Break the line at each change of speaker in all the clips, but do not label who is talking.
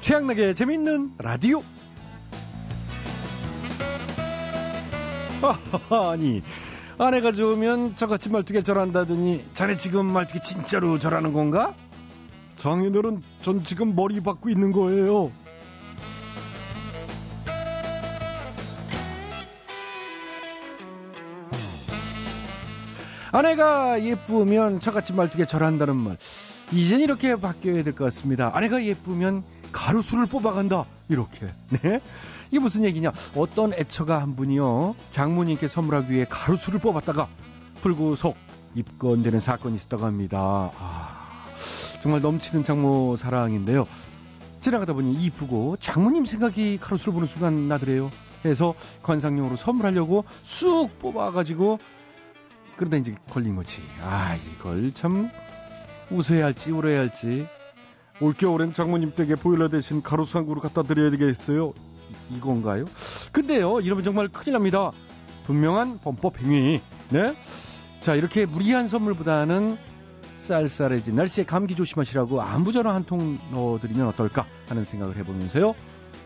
최양락의 재밌는 라디오. 아니, 아내가 좋으면 저같이 말뚝에 절한다더니 자네 지금 말뚝에 진짜로 절하는 건가? 장인어른, 전 지금 머리 박고 있는 거예요. 아내가 예쁘면 저같이 말뚝에 절한다는 말. 이젠 이렇게 바뀌어야 될 것 같습니다. 아내가 예쁘면 가로수를 뽑아간다. 이렇게. 네? 이게 무슨 얘기냐? 어떤 애처가 한 분이요. 장모님께 선물하기 위해 가로수를 뽑았다가 불구속 입건되는 사건이 있었다고 합니다. 아, 정말 넘치는 장모 사랑인데요. 지나가다 보니 이쁘고 장모님 생각이 가로수를 보는 순간 나더래요. 그래서 관상용으로 선물하려고 쑥 뽑아가지고 그러다 이제 걸린 거지. 아, 이걸 참 웃어야 할지 울어야 할지. 올겨울엔 장모님 댁에 보일러 대신 가로수 한구로 갖다 드려야 되겠어요. 이- 이건가요? 근데요, 이러면 정말 큰일 납니다. 분명한 범법 행위. 네? 자, 이렇게 무리한 선물보다는 쌀쌀해진 날씨에 감기 조심하시라고 안부 전화 한 통 넣어드리면 어떨까 하는 생각을 해보면서요.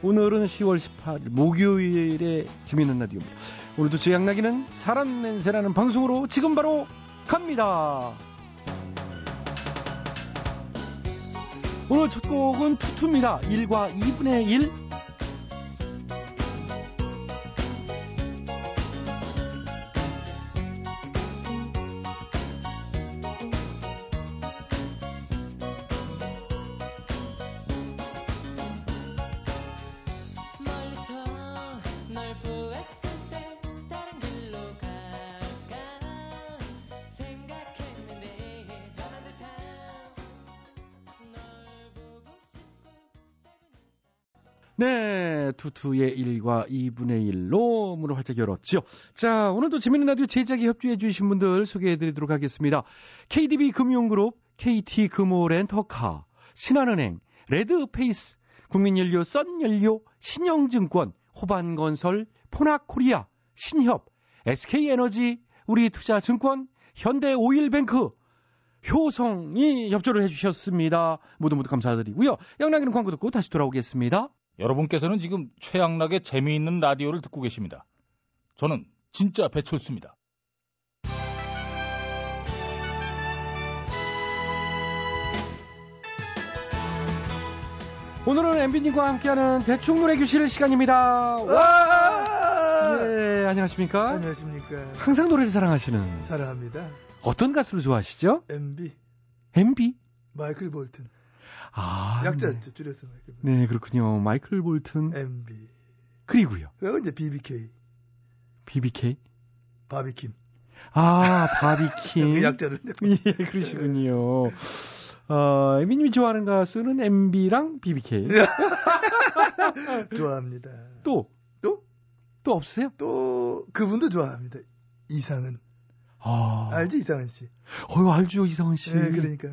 오늘은 10월 18일 목요일에 재미있는 라디오입니다. 오늘도 제 양나기는 사람 냄새라는 방송으로 지금 바로 갑니다. 오늘 첫 곡은 투투입니다. 1과 2분의 1.
멀리서 널 보았을 때 다른 길로 갈까 생각했는데 변한 듯한 널 보고 싶고 짧은
네, 투투의 1과 2분의 1로 문을 활짝 열었지요. 자, 오늘도 재밌는 라디오 제작에 협조해 주신 분들 소개해 드리도록 하겠습니다. KDB 금융그룹, KT 금호렌터카, 신한은행, 레드페이스, 국민연료, 썬연료, 신영증권, 호반건설, 포나코리아, 신협, SK에너지, 우리투자증권, 현대오일뱅크, 효성이 협조를 해주셨습니다. 모두 모두 감사드리고요. 양락이는 광고 듣고 다시 돌아오겠습니다.
여러분께서는 지금 최양락의 재미있는 라디오를 듣고 계십니다. 저는 진짜 배철수입니다.
오늘은 엠비님과 함께하는 대충 노래 교실 시간입니다. 와! 네, 안녕하십니까?
안녕하십니까.
항상 노래를 사랑하시는
사랑합니다.
어떤 가수를 좋아하시죠?
MB
MB?
마이클 볼튼.
아.
약자
네.
죠 줄여서 마이클. 볼튼.
네, 그렇군요. 마이클 볼튼.
MB.
그리고요.
그리고 이제 BBK
BBK.
바비킴.
아,
그
바비킴.
약자를.
예, 그러시군요. 어, 엠비님이 좋아하는 가수는 MB랑 BBK.
예.
예.
좋아합니다.
또,
또?
또 없어요?
또 그분도 좋아합니다. 이상은
아.
알지 이상은 씨.
어유 알죠, 이상은 씨.
네, 그러니까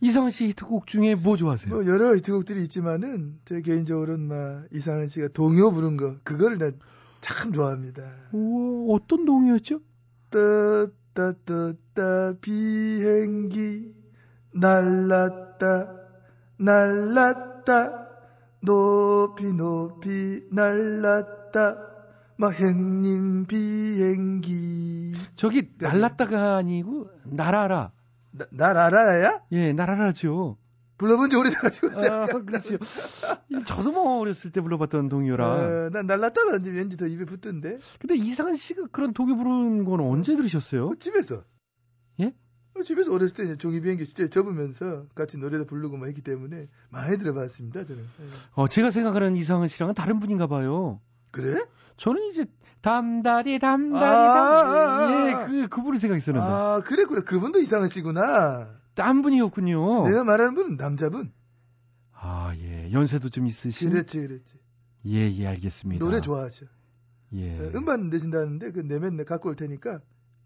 이상은 씨 히트곡 중에 뭐 좋아하세요?
뭐 여러 히트곡들이 있지만은 제 개인적으로는 막 이상은 씨가 동요 부른 거 그거를 나참 좋아합니다.
우와, 어떤 동요였죠?
떴다떴다 비행기 날랐다 날랐다 높이 높이 날랐다 막 형님 비행기
저기 날랐다가 아니고 날아라.
나, 날 알아야?
예, 날아라죠.
불러본 지 오래돼가지고
아, 그렇죠. 저도 뭐 어렸을 때 불러봤던 동요라.
어, 난 날랐다가 이제 왠지 더 입에 붙던데
근데 이상한 씨가 그런 동요 부르는 건 언제 들으셨어요?
어, 집에서
예?
어, 집에서 어렸을 때 이제 종이 비행기 진짜 접으면서 같이 노래도 부르고 막 했기 때문에 많이 들어봤습니다 저는 예.
어, 제가 생각하는 이상은 씨랑은 다른 분인가 봐요.
그래?
저는 이제 담다리 담다리
아,
담다리
아, 아, 아.
예, 그 그분을 생각했었는데
아, 그랬구나. 그분도 이상은 씨구나.
딴 분이었군요.
내가 말하는 분은 남자분.
아, 예. 연세도 좀 있으신.
그랬지, 그랬지.
예, 예, 알겠습니다.
노래 좋아하셔.
예.
어, 음반 내신다는데 그 내면 내가 갖고 올 테니까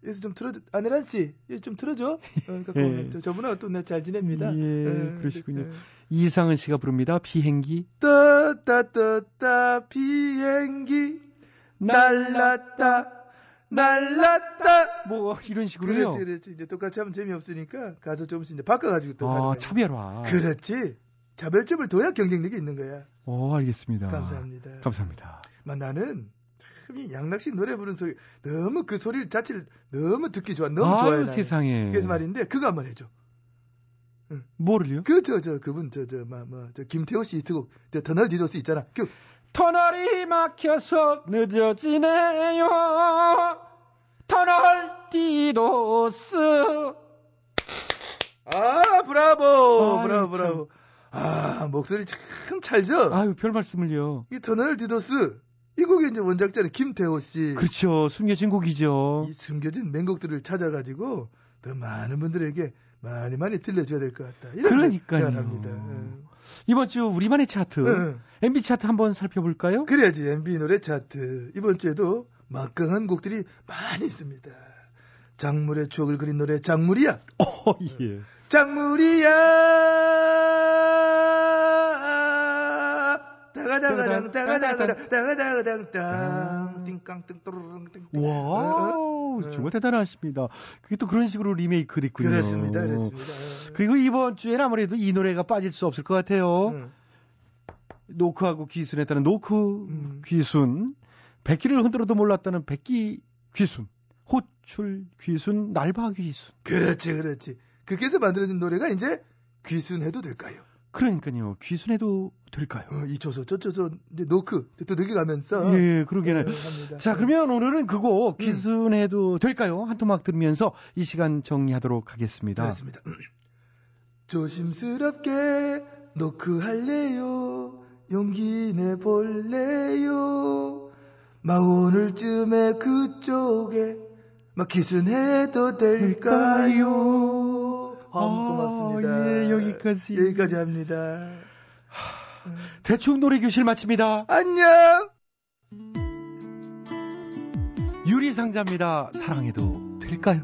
여기서 좀 틀어줘. 아내란 씨, 여기 좀 틀어줘. 어, 갖고
예.
오면 저- 저분하고 또잘 지냅니다.
예,
어,
그러시군요.
어.
이상은 씨가 부릅니다. 비행기
떴다 떴다 비행기 날랐다 날랐다.
뭐 이런 식으로요.
그랬지, 그랬지. 이제 똑같이 하면 재미없으니까 가서 조금씩 이제 바꿔가지고 또.
아,
하는 거야.
차별화.
그렇지. 자별점을 둬야 경쟁력이 있는 거야.
오, 어, 알겠습니다.
감사합니다.
감사합니다.
마, 나는 참 이 양락씨 노래 부르는 소리 너무 그 소리를 자체를 너무 듣기 좋아. 너무
아유,
좋아요. 나는.
세상에.
그래서 말인데 그거 한번 해줘.
뭐를요?
그 저 저 그분 저 저 뭐 뭐 저 김태호 씨 히트곡 저 터널 디도스 있잖아. 그
터널이 막혀서 늦어지네요. 터널 디도스.
아, 브라보,
아유,
브라보,
참.
브라보. 아, 목소리 참 찰져.
아유, 별 말씀을요.
이 터널 디도스. 이 곡의 이제 원작자는 김태호 씨.
그렇죠. 숨겨진 곡이죠.
이 숨겨진 맹곡들을 찾아가지고 더 많은 분들에게 많이 많이 들려줘야 될 것 같다. 이런
그러니까요. 그
생각합니다. 예.
이번 주 우리만의 차트,
응.
MB 차트 한번 살펴볼까요?
그래야지 MB 노래 차트 이번 주에도 막강한 곡들이 많이 있습니다. 작물의 추억을 그린 노래 작물이야.
어, 예.
작물이야. 따가다가당 따가다가당 따가다가당 땅 띵깡 띵또르릉 띵.
와우,
어,
정말 대단하십니다. 그게 또 그런 식으로 리메이크 됐군요.
그렇습니다. 그렇습니다.
리고 이번 주에는 아무래도 이 노래가 빠질 수 없을 것 같아요.
응.
노크하고 귀순에 따른 노크
음.
귀순, 백기를 흔들어도 몰랐다는 백기 귀순, 호출 귀순, 날바 귀순.
그렇지, 그렇지. 그께서 만들어진 노래가 이제 귀순해도 될까요?
그러니까요, 귀순해도 될까요?
어, 이초소, 저초소, 이제 노크, 또 늦게 가면서.
예, 그러게는.
어, 합니다. 음.
자, 그러면 오늘은 그거 귀순해도 될까요? 한 토막 들으면서 이 시간 정리하도록 하겠습니다.
그렇습니다. 조심스럽게 노크할래요. 용기 내볼래요. 막 오늘쯤에 그쪽에 막 기순해도 될까요? 아,
아,
고맙습니다.
예, 여기까지.
여기까지 합니다.
대충 노래 교실 마칩니다.
안녕!
유리 상자입니다. 사랑해도 될까요?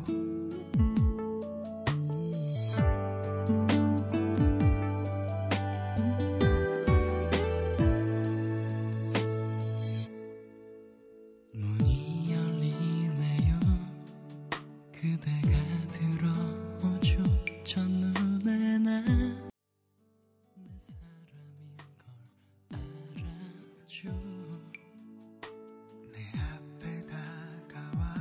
문이 열리네요 그대가 들어오죠 첫눈에 난 내 사람인 걸 알아줘 내 앞에 다가와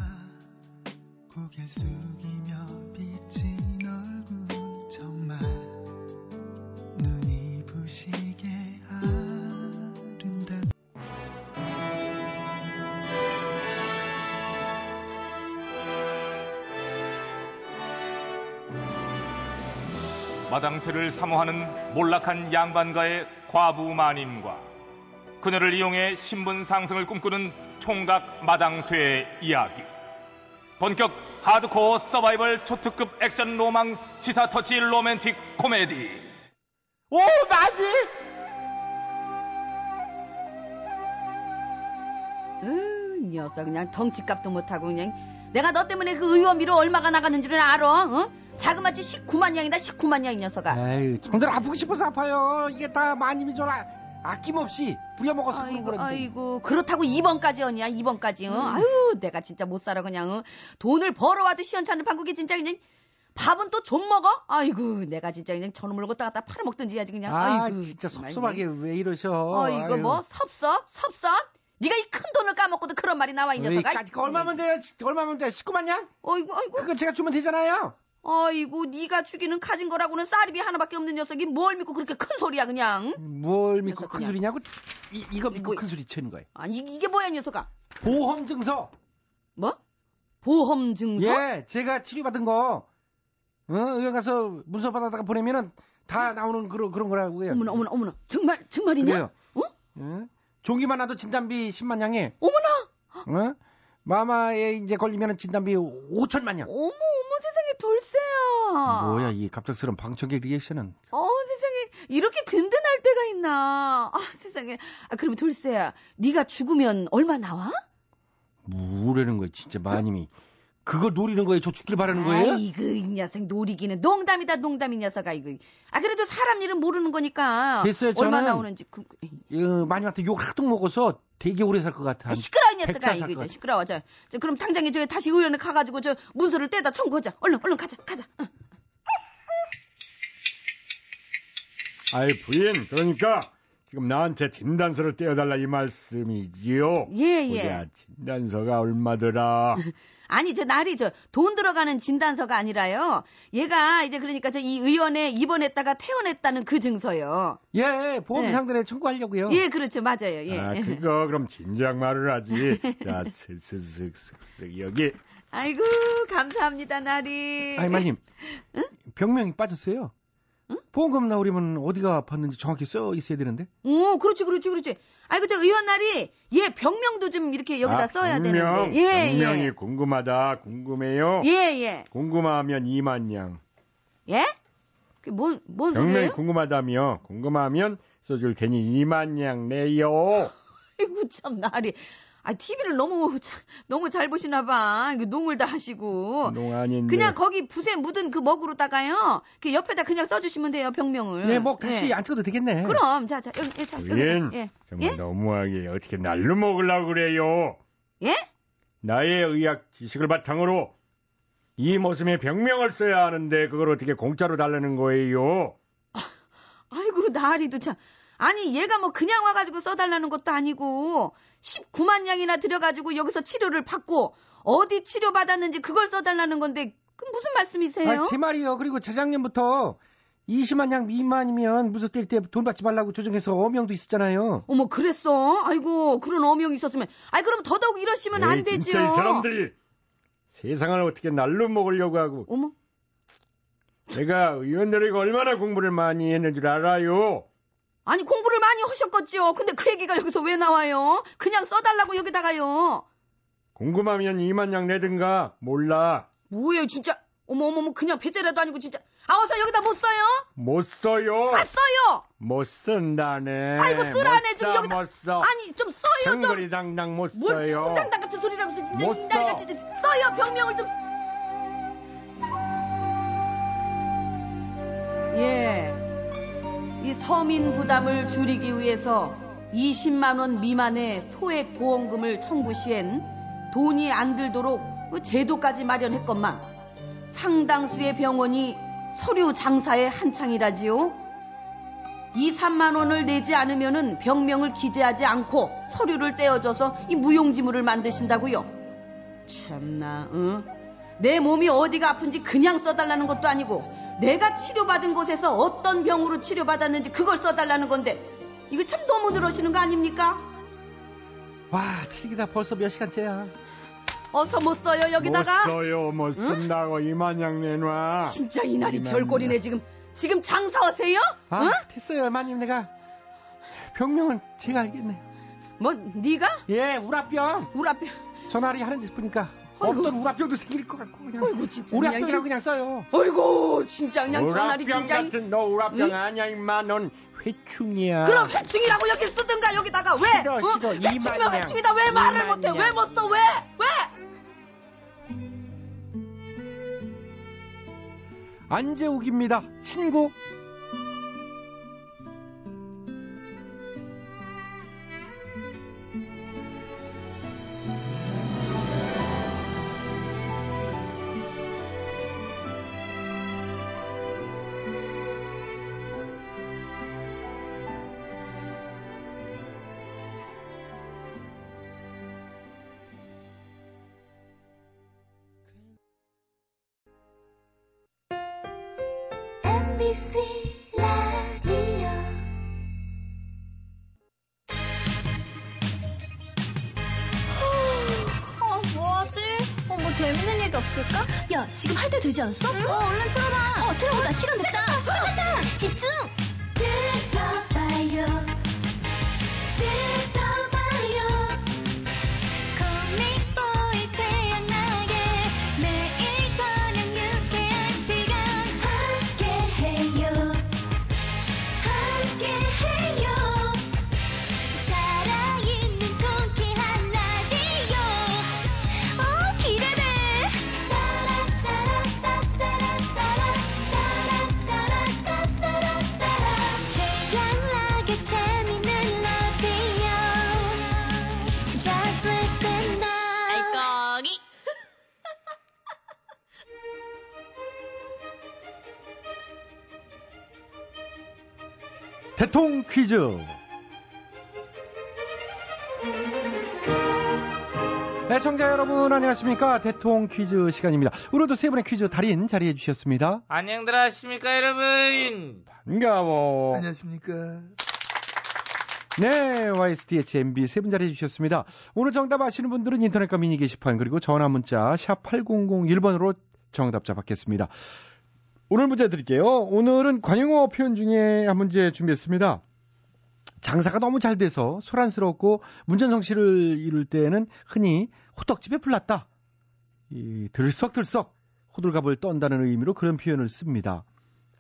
고개 숙이며 비친 얼굴 정말 눈이 부시게 아름답
마당쇠를 사모하는 몰락한 양반가의 과부 마님과 그녀를 이용해 신분 상승을 꿈꾸는 총각 마당쇠의 이야기. 본격 하드코어 서바이벌 초특급 액션 로망 시사 터치 로맨틱 코미디.
오, 맞지?
으, 음, 녀석 그냥 덩치값도 못하고 그냥 내가 너 때문에 그 의원비로 얼마가 나가는 줄은 알아? 어? 자그마치 19만 양이다 19만 양이 녀석아
에이, 정들 아프고 싶어서 아파요. 이게 다 마님이 저라 아낌없이 부려먹어서 그런
아이고
거라는데.
아이고 그렇다고 2번까지 언니야 2번까지
음.
어? 아유 내가 진짜 못 살아 그냥 어? 돈을 벌어와도 시원찮은 판국이 진짜 그냥 밥은 또 좀 먹어? 아이고 내가 진짜 그냥 저놈을 갖다 갖다 팔아먹든지 해야지 그냥
아,
아이고
진짜
정말
섭섭하게 왜 이러셔.
어, 이거
아유.
뭐 섭섭 섭섭 네가 이 큰 돈을 까먹고도 그런 말이 나와 이
어, 에이,
녀석아
까짓 거 얼마면 돼요? 지- 얼마면 돼요? 19만 냥?
어이구 아이고
그거 제가 주면 되잖아요.
아이고 네가 죽이는 가진 거라고는 쌀이비 하나밖에 없는 녀석이 뭘 믿고 그렇게 큰 소리야 그냥
뭘 믿고
녀석
큰
그냥.
소리냐고? 이, 이거 믿고
이거-
큰 소리 치는 거예요.
아니 이- 이게 뭐야 이 녀석아
보험 증서.
뭐? 보험 증서?
예, 제가 치료받은 거. 어, 의원 가서 문서 받아다가 보내면은 다 나오는 그런 그런 거라고요.
어머나 어머나 어머나 정말 정말이냐?
그래요.
어?
예? 종이만 와도 진단비 10만 양에
어머나
어? 마마에 이제 걸리면 진단비 5천만 양.
어머 어머 세상에 돌쇠야
뭐야 이 갑작스런 방청객 리액션은?
어 세상에 이렇게 든든할 때가 있나 아 세상에 아 그럼 돌쇠야 네가 죽으면 얼마 나와?
뭐라는 거야 진짜 마님이 그걸 노리는 거예요? 저 죽길 바라는 거예요?
아이고 이 녀석 노리기는 농담이다 농담이 녀석아 이거 아 그래도 사람 일은 모르는 거니까
됐어요,
얼마
저는.
나오는지 궁...
어, 마님한테 욕 하도 먹어서 되게 오래 살 것 같아.
아, 시끄러운
백사
녀석아 이거
사건.
이제 시끄러워 저, 저 그럼 당장에 저 다시 의원에 가가지고 저 문서를 떼다 어. 청구하자 얼른 얼른 가자 가자 응.
아이 부인 그러니까 지금 나한테 진단서를 떼어달라 이 말씀이지요.
예, 예.
보자, 진단서가 얼마더라.
아니 저 날이 저 돈 들어가는 진단서가 아니라요. 얘가 이제 그러니까 저 이 의원에 입원했다가 퇴원했다는 그 증서요.
예, 보험
네.
상단에 청구하려고요.
예, 그렇죠, 맞아요. 예.
아 그거 그럼 진작 말을 하지. 자, 슥슥슥슥 여기.
아이고 감사합니다 예. 나리.
아니 마님, 병명이 빠졌어요. 보험금 나오려면 어디가 아팠는지 정확히 써 있어야 되는데.
오, 그렇지, 그렇지, 그렇지. 아이고 저 의원 날이 얘 병명도 좀 이렇게 여기다
아,
써야
분명,
되는데. 예,
분명히 궁금하다. 궁금해요.
예. 예, 예.
궁금하면 이만냥.
예? 그뭔뭔 뭔
병명이
소리예요?
궁금하다며. 궁금하면 써줄 테니 이만냥 내요.
아이고 참 나리. 아, TV를 너무 자- 너무 잘 보시나 봐. 이거 농을 다 하시고.
농 네. 아닌데.
어. 그냥 거기 붓에 묻은 그 먹으로다가요. 그 옆에다 그냥 써주시면 돼요 병명을.
네, 뭐 다시
예.
안 찍어도 되겠네.
그럼 자자 여기 예, 자 여기.
부인,
예.
정말
예?
너무하게 어떻게 날로 먹으려고 그래요.
예?
나의 의학 지식을 바탕으로 이 모습에 병명을 써야 하는데 그걸 어떻게 공짜로 달라는 거예요?
아이고 나리도 참. 아니 얘가 뭐 그냥 와가지고 써달라는 것도 아니고 19만 양이나 들여가지고 여기서 치료를 받고 어디 치료 받았는지 그걸 써달라는 건데 그 무슨 말씀이세요?
아, 제 말이요. 그리고 재작년부터 20만 양 미만이면 무서 때릴 때 돈 받지 말라고 조정해서 어명도 있었잖아요.
어머 그랬어? 아이고 그런 어명이 있었으면 아이 그럼 더더욱 이러시면
에이,
안 되죠.
진짜 이 사람들이 세상을 어떻게 날로 먹으려고 하고
어머
제가 의원들에게 얼마나 공부를 많이 했는 줄 알아요.
아니 공부를 많이 하셨겠지요. 근데 그 얘기가 여기서 왜 나와요? 그냥 써달라고 여기다가요.
궁금하면 2만 양 내든가 몰라
뭐예요 진짜? 어머 어머 어머 그냥 배째라도 아니고 진짜 아 어서 여기다 못 써요?
못 써요.
아 써요.
못 쓴다네.
아이고, 쓰라네,
못
좀
써,
여기다-
못 써.
아니 좀 써요 좀.
정거리 당당 못
뭘
어, 써요.
수상당 같은 소리라고 해서 진짜
못
이 나이가
써.
진짜 써요 병명을 좀. 예, 이 서민 부담을 줄이기 위해서 20만 원 미만의 소액 보험금을 청구 시엔 돈이 안 들도록 그 제도까지 마련했건만 상당수의 병원이 서류 장사에 한창이라지요. 2, 3만 원을 내지 않으면은 병명을 기재하지 않고 서류를 떼어줘서 이 무용지물을 만드신다고요. 참나, 응? 내 몸이 어디가 아픈지 그냥 써달라는 것도 아니고 내가 치료받은 곳에서 어떤 병으로 치료받았는지 그걸 써달라는 건데 이거 참 너무 늘어시는 거 아닙니까?
와, 칠기다 벌써 몇 시간째야.
어서 못 써요
못
여기다가
뭐 써요, 못
응?
쓴다고 이만양 내놔.
진짜 이날이
이만
별꼴이네 지금 지금 장사하세요?
아,
응?
됐어요, 마님 내가 병명은 제가 알겠네.
뭐 네가
예, 우라병.
우리 앞에
전화리 하는 짓 보니까
아이고.
어떤 우라병도 생길 것 같고 그냥
어이구 진짜 그냥
우라병이라고 그냥 써요.
어이구 진짜 그냥 전화리
우라병
진짜
같은 너 우라병
응?
아니야 임마, 넌 회충이야.
그럼 회충이라고 여기 쓰든가 여기다가 왜?
싫어,
어?
싫어.
회충이면
이만냥.
회충이다 왜 말을 못해?
이만냥.
왜 못 써? 왜? 왜?
안재욱입니다. 친구.
MBC 라디오
어, 뭐하지? 어, 뭐 재밌는 얘기 없을까? 야, 지금 할 때 되지 않았어? 어, 얼른 틀어봐. 어, 틀어보자. 시간 됐다. 시간 됐다. 집중!
들어봐요 들어봐요 코믹보이 최양락의 매일 저녁 유쾌한 시간 함께해요 함께해요 살아있는 통쾌한 라디오 어 기대돼 따라따라따따라따라따라따라따라따라
대통 퀴즈. 네, 애청자 여러분 안녕하십니까 대통 퀴즈 시간입니다. 오늘도 세 분의 퀴즈 달인 자리해 주셨습니다.
안녕들 하십니까 여러분
어.
반가워.
안녕하십니까.
네, YSTHMB 세 분 자리해 주셨습니다. 오늘 정답 아시는 분들은 인터넷과 미니 게시판 그리고 전화 문자 샵 8001번으로 정답자 받겠습니다. 오늘 문제 드릴게요. 오늘은 관용어 표현 중에 한 문제 준비했습니다. 장사가 너무 잘 돼서 소란스럽고 문전성시를 이룰 때에는 흔히 호떡집에 불났다. 이 들썩들썩 호들갑을 떤다는 의미로 그런 표현을 씁니다.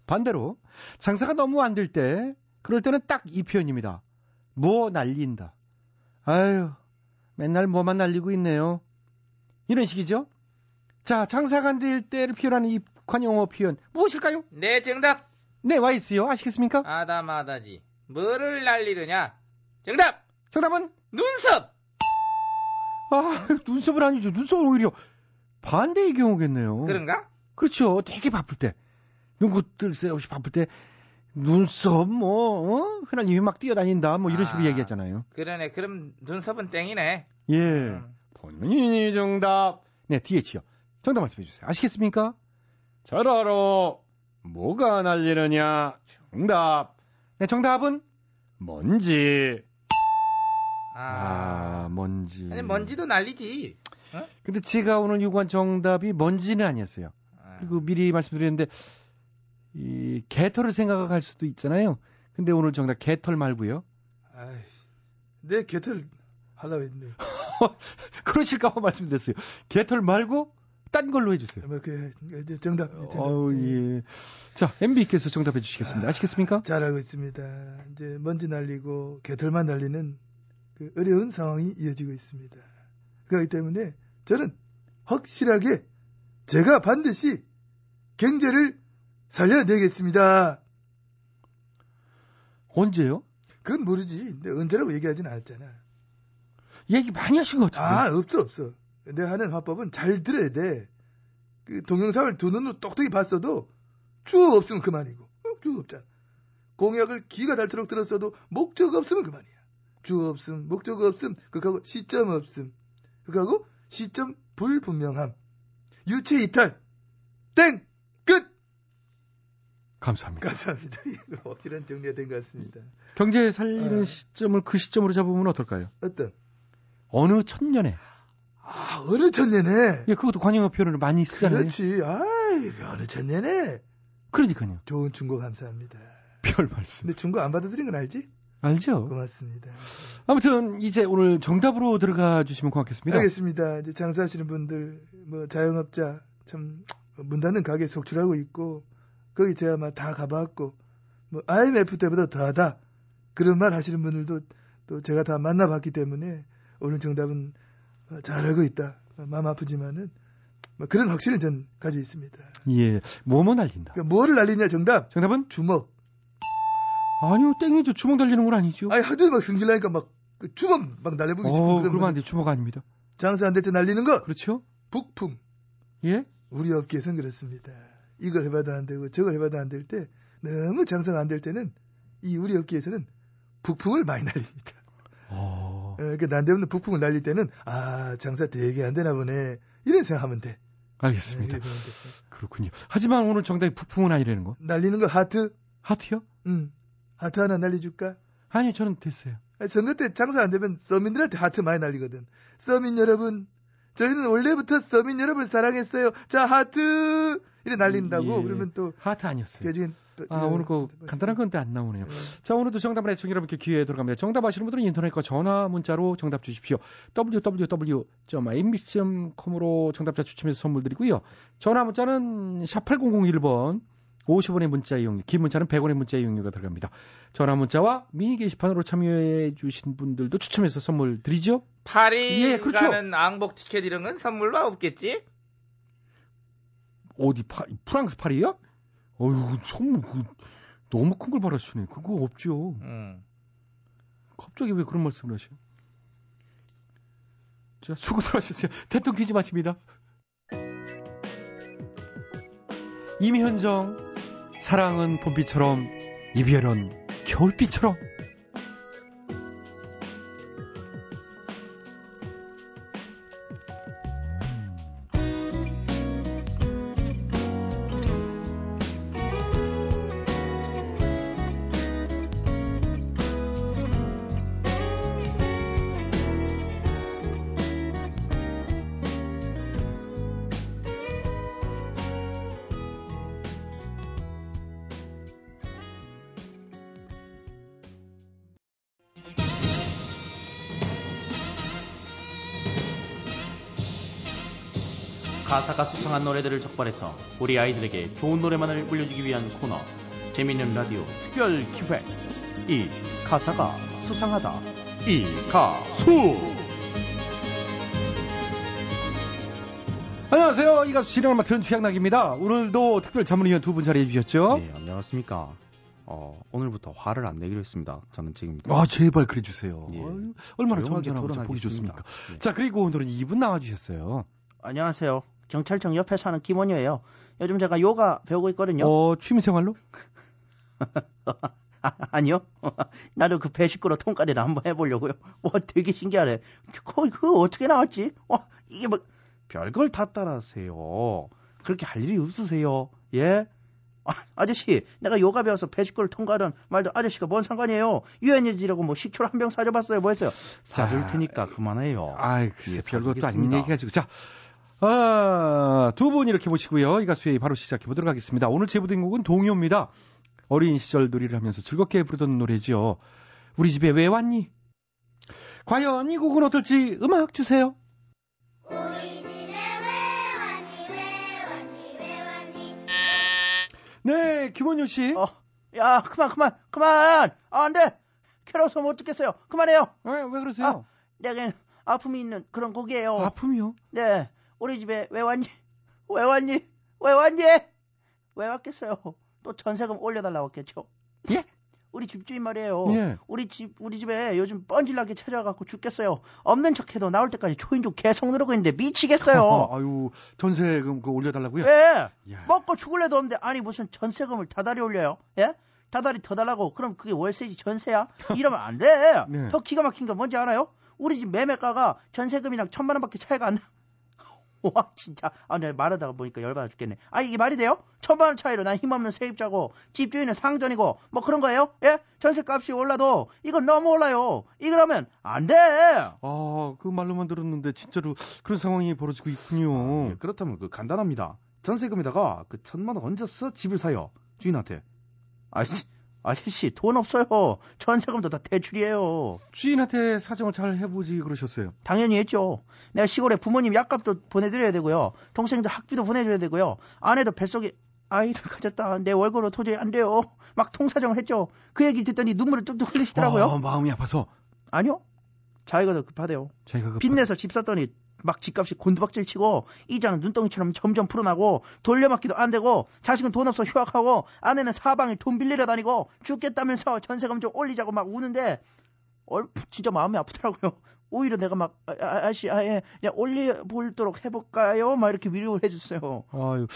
반대로 장사가 너무 안 될 때 그럴 때는 딱 이 표현입니다. 뭐 날린다. 아유, 맨날 뭐만 날리고 있네요. 이런 식이죠. 자, 장사가 안 될 때를 표현하는 이 관용어 표현 무엇일까요?
네 정답
네, 와 있어요. 아시겠습니까?
아다마다지 뭐를 날리느냐 정답
정답은
눈썹
아, 눈썹은 아니죠. 눈썹은 오히려 반대의 경우겠네요.
그런가?
그렇죠. 되게 바쁠 때. 눈곱들 새 없이 바쁠 때 눈썹 뭐 어? 흔한 입이 막 뛰어다닌다. 뭐 이런 식으로
아.
얘기했잖아요.
그러네 그럼 눈썹은 땡이네
예.
음.
본인이 정답. 네, DH요. 정답 말씀해 주세요. 아시겠습니까? 잘 알아. 뭐가 날리느냐. 정답. 네, 정답은 먼지.
아,
아, 먼지.
아니 먼지도 날리지
근데 제가 오늘 요구한 정답이 먼지는 아니었어요.
아,
그리고 미리 말씀드렸는데 이 개털을 생각할 수도 있잖아요. 근데 오늘 정답 개털 말고요.
아이, 내 개털 하려고 했는데.
그러실까봐 말씀드렸어요. 개털 말고 딴 걸로 해주세요.
뭐, 그, 이제 정답. 정답.
어, 예. 자, MB께서 정답해 주시겠습니다. 아시겠습니까?
잘하고 있습니다. 이제 먼지 날리고 개털만 날리는 그 어려운 상황이 이어지고 있습니다. 그렇기 때문에 저는 확실하게 제가 반드시 경제를 살려내겠습니다.
언제요?
그건 모르지. 근데 언제라고 얘기하진 않았잖아.
얘기 많이 하신 것 같아요.
아, 없어, 없어. 내가 하는 화법은 잘 들어야 돼. 그 동영상을 두 눈으로 똑똑히 봤어도 쭉 없으면 그만이고. 어, 쭉 없잖아. 공약을 귀가 닳도록 들었어도 목적 없으면 그만이야. 쭉 없음, 목적 없음, 그거하고 시점 없음, 그거하고 시점 불분명함, 유체 이탈, 땡! 끝!
감사합니다.
감사합니다. 이거 확실한 정리가 된 것 같습니다.
경제 살리는
아.
시점을 그 시점으로 잡으면 어떨까요?
어떤?
어느 천년에.
아, 어느 천년에!
예, 그것도 관용어 표현을 많이 쓰잖아요.
그렇지. 아이, 어느 천년에!
그러니까요.
좋은 충고 감사합니다.
별 말씀.
근데 중고 안 받아들인 건 알지?
알죠?
고맙습니다.
아무튼 이제 오늘 정답으로 들어가 주시면 고맙겠습니다.
알겠습니다. 이제 장사하시는 분들, 뭐 자영업자 참 문 닫는 가게 속출하고 있고 거기 제가 막 다 가봤고 뭐 IMF 때보다 더하다 그런 말 하시는 분들도 또 제가 다 만나봤기 때문에 오늘 정답은 어, 잘 알고 있다. 어, 마음 아프지만은 뭐 그런 확신을 전 가지고 있습니다.
예, 뭐뭐 날린다.
그러니까 뭐를 날리냐 정답
정답은
주먹.
아니요, 땡이죠. 주먹 날리는 건 아니죠.
아니 하도 막 성질나니까 막그 주먹 막 날려보기
어,
싶은
그러면
그런
안 돼. 주먹 아닙니다.
장사 안 될 때 날리는 거
그렇죠?
북풍.
예?
우리 업계에선 그렇습니다. 이걸 해봐도 안 되고 저걸 해봐도 안 될 때 너무 장사가 안 될 때는 이 우리 업계에서는 북풍을 많이 날립니다.
어,
어, 그러니까 난데없는 북풍을 날릴 때는 아 장사 되게 안 되나 보네 이런 생각하면 돼. 네,
알겠습니다.
이렇게 보면 돼.
그렇군요. 하지만 오늘 정답이 북풍은 아니라는 거.
날리는 거 하트,
하트요?
음 하트 하나 날려줄까?
아니요, 저는 됐어요.
아니, 선거 때 장사 안 되면 서민들한테 하트 많이 날리거든. 서민 여러분, 저희는 원래부터 서민 여러분 사랑했어요. 자 하트 이래 날린다고
예.
그러면 또
하트 아니었어요.
개중에 또
아,
이런
오늘 거
것도
간단한 건데 안 나오네요.
예.
자, 오늘도 정답을 해청 여러분께 기회에 돌아갑니다. 정답 아시는 분들은 인터넷과 전화 문자로 정답 주십시오. www.mbc.com으로 정답자 추첨해서 선물 드리고요. 전화 문자는 샵 8001번 50원의 문자 이용료, 긴 문자는 100원의 문자 이용료가 들어갑니다. 전화 문자와 미니 게시판으로 참여해 주신 분들도 추첨해서 선물 드리죠.
파리
예, 그렇죠.
가는 앙복 티켓 이런 건 선물로 없겠지
어디 파, 프랑스 파리요? 어휴, 선물 그, 너무 큰 걸 바라시네. 그거 없죠.
음.
갑자기 왜 그런 말씀을 하셔? 자, 수고들 하셨어요. 대통령 퀴즈 마칩니다. 임현정, 사랑은 봄비처럼, 이별은 겨울비처럼
가사가 수상한 노래들을 적발해서 우리 아이들에게 좋은 노래만을 물려주기 위한 코너 재미있는 라디오 특별 기획 이 가사가 수상하다 이 가수
안녕하세요. 이 가수 진행을 맡은 최양락입니다. 오늘도 특별 자문위원 두 분 자리해 주셨죠?
네 안녕하십니까 어, 오늘부터 화를 안 내기로 했습니다 저는 지금
아 제발 그래 주세요.
예.
아유, 얼마나
조용하게
정전하고
토론하겠습니다.
보기 좋습니까?
예.
자 그리고 오늘은 이분 나와주셨어요.
안녕하세요. 경찰청 옆에 사는 김원효예요. 요즘 제가 요가 배우고 있거든요.
어 취미생활로?
아, 아니요. 나도 그 배식구로 통과리나 한번 해보려고요. 와, 되게 신기하네. 그, 그 어떻게 나왔지? 와, 이게 뭐
별걸 다 따라하세요 그렇게 할 일이 없으세요 예?
아, 저씨 내가 요가 배워서 배식구를 통과하던 말도 아저씨가 뭔 상관이에요? 유엔이지라고 뭐 식초를 한 병 사줘봤어요. 뭐 했어요?
사줄 테니까 그만해요
아이 글쎄
예,
별것도 아닌
사드리겠습니다.
얘기 가지고 자. 아, 두 분 이렇게 모시고요. 이 가수의 바로 시작해 보도록 하겠습니다. 오늘 제보된 곡은 동요입니다. 어린 시절 놀이를 하면서 즐겁게 부르던 노래지요. 우리 집에 왜 왔니? 과연 이 곡은 어떨지 음악 주세요.
우리 집에 왜 왔니 왜 왔니 왜 왔니
네, 김원효 씨.
어, 야, 그만, 그만, 그만! 아, 안 돼! 괴로워서 못 듣겠어요. 그만해요!
왜, 왜 그러세요?
내겐 아픔이 어. 있는 그런 곡이에요.
아픔이요.
네, 우리 집에 왜 왔니? 왜 왔니? 왜 왔니? 왜 왔겠어요? 또 전세금 올려달라고 했겠죠?
예?
우리 집주인 말이에요.
예.
우리 집 우리 집에 요즘 뻔질나게 찾아가고 죽겠어요. 없는 척해도 나올 때까지 초인종 계속 누르고 있는데 미치겠어요.
아유, 전세금 그 올려달라고요?
예.
야.
먹고 죽을래도 없는데 아니 무슨 전세금을 다달이 올려요? 예? 다달이 더 달라고 그럼 그게 월세지 전세야? 이러면 안 돼.
네.
더 기가 막힌 건 뭔지 알아요? 우리 집 매매가가 전세금이랑 천만 원밖에 차이가 안 나. 와 진짜 아 내가 말하다가 보니까 열받아 죽겠네. 아 이게 말이 돼요? 천만 원 차이로 난 힘없는 세입자고 집주인은 상전이고 뭐 그런 거예요? 예? 전세값이 올라도 이건 너무 올라요. 이거라면 안 돼.
아, 그 말로만 들었는데 진짜로 그런 상황이 벌어지고 있군요.
예, 그렇다면 그 간단합니다. 전세금에다가 그 천만 원 얹어서 집을 사요. 주인한테.
아저씨 아저씨 돈 없어요. 전세금도 다 대출이에요.
주인한테 사정을 잘 해보지 그러셨어요.
당연히 했죠. 내가 시골에 부모님 약값도 보내드려야 되고요. 동생도 학비도 보내줘야 되고요. 아내도 뱃속에 아이를 가졌다. 내 월급으로 도저히 안 돼요. 막 통사정을 했죠. 그 얘기를 듣더니 눈물을 뚝뚝 흘리시더라고요.
아, 마음이 아파서
아니요. 자기가 더 급하대요.
제가 그
빚내서 집 샀더니 막 집값이 곤두박질 치고 이자는 눈덩이처럼 점점 풀어나고 돌려막기도 안 되고 자식은 돈 없어 휴학하고 아내는 사방에 돈 빌리러 다니고 죽겠다면서 전세금 좀 올리자고 막 우는데 얼 진짜 마음이 아프더라고요. 오히려 내가 막 아, 아, 아씨 아예 그냥 올려보도록 해볼까요? 막 이렇게 위로를 해줬어요.
아유,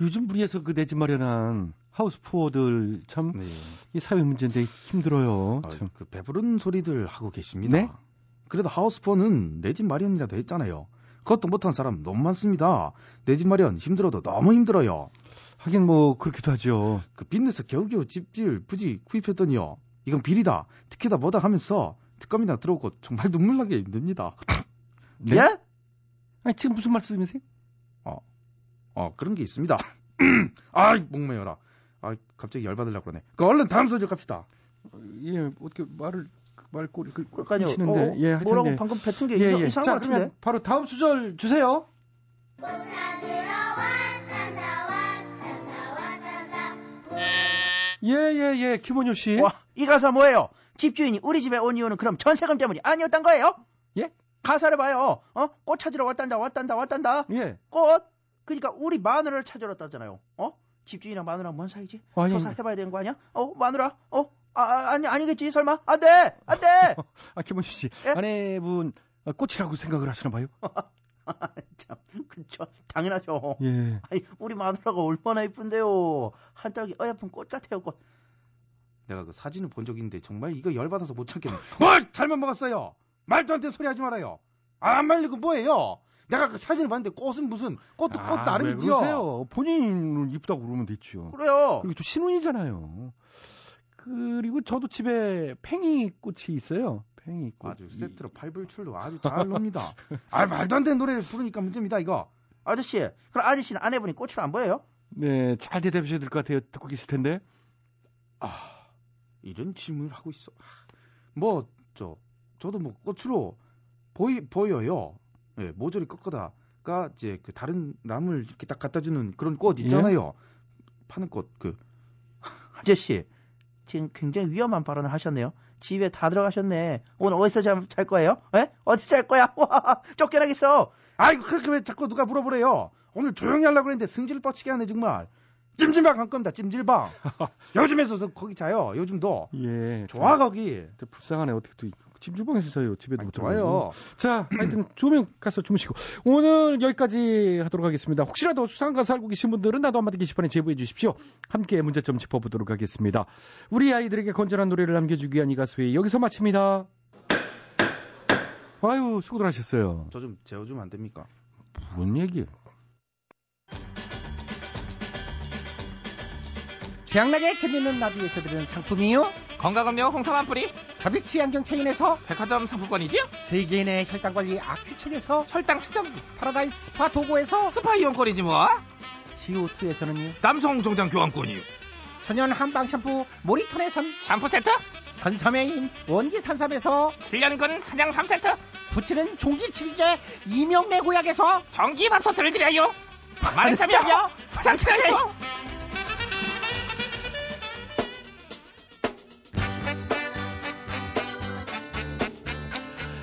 요즘 무리해서 그 내 집 마련한 하우스 푸어들 참 이
네.
사회 문제인데 힘들어요.
아,
참.
그 배부른 소리들 하고 계십니다.
네?
그래도 하우스폰은 내 집 마련이라도 했잖아요. 그것도 못한 사람 너무 많습니다. 내 집 마련 힘들어도 너무 힘들어요.
하긴 뭐 그렇기도 하죠.
그 빚내서 겨우겨우 집질 부지 구입했더니요. 이건 비리다. 특혜다 뭐다 하면서 특감이나 들어오고 정말 눈물나게 힘듭니다.
네?
예?
아니 지금 무슨 말씀이세요?
어 그런 게 있습니다. 아이 목매여라. 아 갑자기 열받으려고 그러네. 그 얼른 다음 소절 갑시다.
예, 어떻게 말을 말꼬리 그
그러니까요.
치는데
어,
예,
뭐라고
하여튼,
방금 뱉은 게
예,
이상-
예.
이상한
자,
것 같은데.
그러면 바로 다음 수절 주세요.
꽃 찾으러 왔다 나 왔다 나 왔다 나
예, 예, 예. 김원효 씨.
와, 이 가사 뭐예요? 집주인이 우리 집에 온 이유는 그럼 전세금 때문이 아니었단 거예요?
예?
가사를 봐요. 어? 꽃 찾으러 왔단다, 왔단다, 왔단다.
예.
꽃. 그러니까 우리 마누라를 찾으러 왔다잖아요. 어? 집주인이랑 마누라랑 뭔 사이지?
아니,
조사 해봐야 되는 거 아니야? 어, 마누라? 어? 아, 아, 아니 아니겠지 설마? 안 돼, 안 돼.
아, 김원효 씨.
예?
아내분 아, 꽃이라고 생각을 하시나 봐요.
참, 그쵸. 당연하죠.
예.
어,
아니 우리 마누라가 얼마나 이쁜데요. 한 짝이 어여쁜 꽃 같아요. 꽃. 내가 그 사진을 본 적이 있는데 정말 이거 열받아서 못 참겠네. 뭘 잘못 먹었어요. 말도 안 되는 소리 하지 말아요. 안 말리고 뭐예요? 내가 그 사진을 봤는데 꽃은 무슨 꽃도 꽃
아,
나름이지요.
왜 그러세요? 본인은 이쁘다고 그러면 됐죠.
그래요.
그리고 또 신혼이잖아요. 그리고 저도 집에 팽이 꽃이 있어요. 팽이 꽃.
아주 세트로 팔불출로 아주 잘 놉니다. 아 말도 안 되는 노래를 부르니까 문제입니다 이거.
아저씨, 그럼 아저씨는 아내분이 꽃으로 안 보여요?
네, 잘 대답하셔야 될 것 같아요. 듣고 계실 텐데.
이런 질문을 하고 있어. 아, 뭐 저 저도 뭐 꽃으로 보이 보여요. 예, 모조리 꺾어다가 이제 그 다른 나물 이렇게 딱 갖다 주는 그런 꽃 있잖아요. 파는 꽃 그.
아저씨, 지금 굉장히 위험한 발언을 하셨네요. 집에 다 들어가셨네. 오늘 어디서 잠, 잘 거예요? 예? 어디 잘 거야? 와, 쫓겨나겠어.
아이고 그렇게 왜 자꾸 누가 물어보래요? 오늘 조용히 하려고 그랬는데 승질 뻗치게 하네 정말. 찜질방 간 겁니다 찜질방. 요즘에서 저 거기 자요 요즘도.
예.
음.
좋아 거기.
저 불쌍하네. 어떻게 또 찜질방에서 자요. 집에도 못
좋아요.
들어가요. 자, 하여튼 조명 가서 주무시고 오늘 여기까지 하도록 하겠습니다. 혹시라도 수상 가서 알고 계신 분들은 나도 한마디 게시판에 제보해 주십시오. 함께 문제점 짚어보도록 하겠습니다. 우리 아이들에게 건전한 노래를 남겨주기 위한 이 가수의 여기서 마칩니다. 아유, 수고들 하셨어요.
저 좀 제어 좀 안 됩니까?
뭔 얘기예요?
최양락의 재밌는 라디오에서 드리는 상품이요. 건강음료 홍삼 한 뿌리. 다비치 안경 체인에서 백화점 상품권이지요. 세계인의 혈당관리 아큐책에서 혈당 측정. 파라다이스 스파 도고에서 스파 이용권이지 뭐.
CO2에서는요.
남성 정장 교환권이요. 천연 한방 샴푸 모리톤에선 샴푸 세트. 선삼의 힘 원기 산삼에서 7년근 사냥 3세트. 부치는 종기 침제 이명래 고약에서 전기 밥솥을 드려요.
아,
많은 참여 부탁드려요.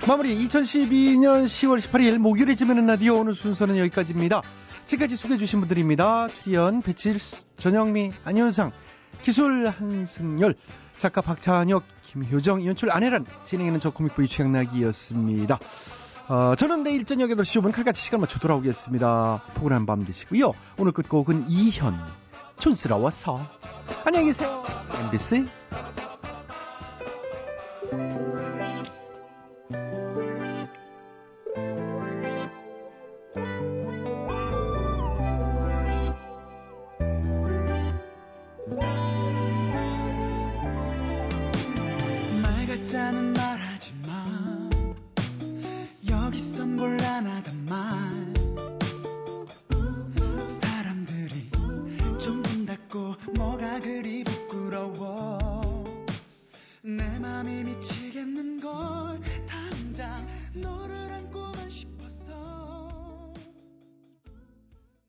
마무리 2012년 10월 18일 목요일에 지면은 라디오 오늘 순서는 여기까지입니다. 지금까지 소개해 주신 분들입니다. 출연 배칠수, 전영미, 안현상, 기술 한승열, 작가 박찬혁, 김효정, 연출 안혜란, 진행하는 저 코믹보이 최양락이었습니다. 어, 저는 내일 저녁 8시 5분 칼같이 시간 맞춰 돌아오겠습니다. 포근한 밤 되시고요. 오늘 끝곡은 이현, 촌스러워서. 안녕히 계세요. MBC
말 같자는 말하지 마 여기선 곤란하단 말 사람들이 좀 본다고 뭐가 그리 부끄러워 내 맘이 미치겠는걸 당장 너를 안고